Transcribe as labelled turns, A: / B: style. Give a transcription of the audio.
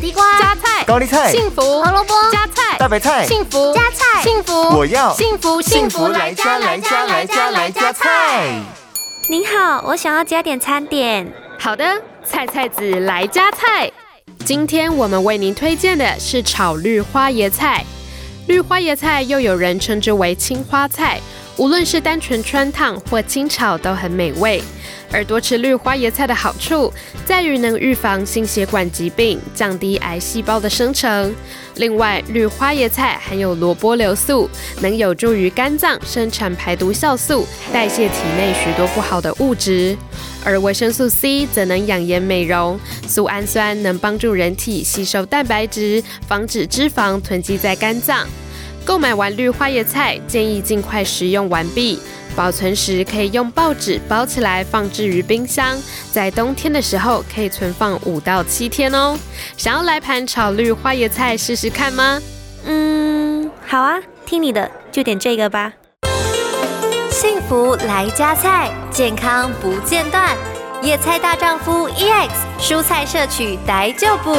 A: 地瓜、
B: 加菜、
C: 高丽菜、
B: 幸福、
A: 胡萝卜、
B: 加菜、
C: 大白菜、
B: 幸福、
A: 加菜
B: 幸福，
C: 我要
B: 幸福
C: 幸福来家来家来家来家菜。
D: 您好，我想要加点餐点。
B: 好的，菜菜子来加菜。今天我们为您推荐的是炒绿花椰菜。绿花椰菜又有人称之为青花菜，无论是单纯穿烫或清炒都很美味。而多吃绿花椰菜的好处在于能预防心血管疾病，降低癌细胞的生成。另外，绿花椰菜含有萝卜硫素，能有助于肝脏生产排毒酵素，代谢体内许多不好的物质。而维生素 C 则能养颜美容，苏氨酸能帮助人体吸收蛋白质，防止脂肪囤积在肝脏。购买完绿花椰菜，建议尽快食用完毕。保存时可以用报纸包起来，放置于冰箱，在冬天的时候可以存放五到七天哦。想要来盘炒绿花椰菜试试看吗？
D: 嗯，好啊，听你的，就点这个吧。
E: 幸福来加菜，健康不
D: E
E: 间断。野菜大丈夫 EX 蔬菜摄取逮就补。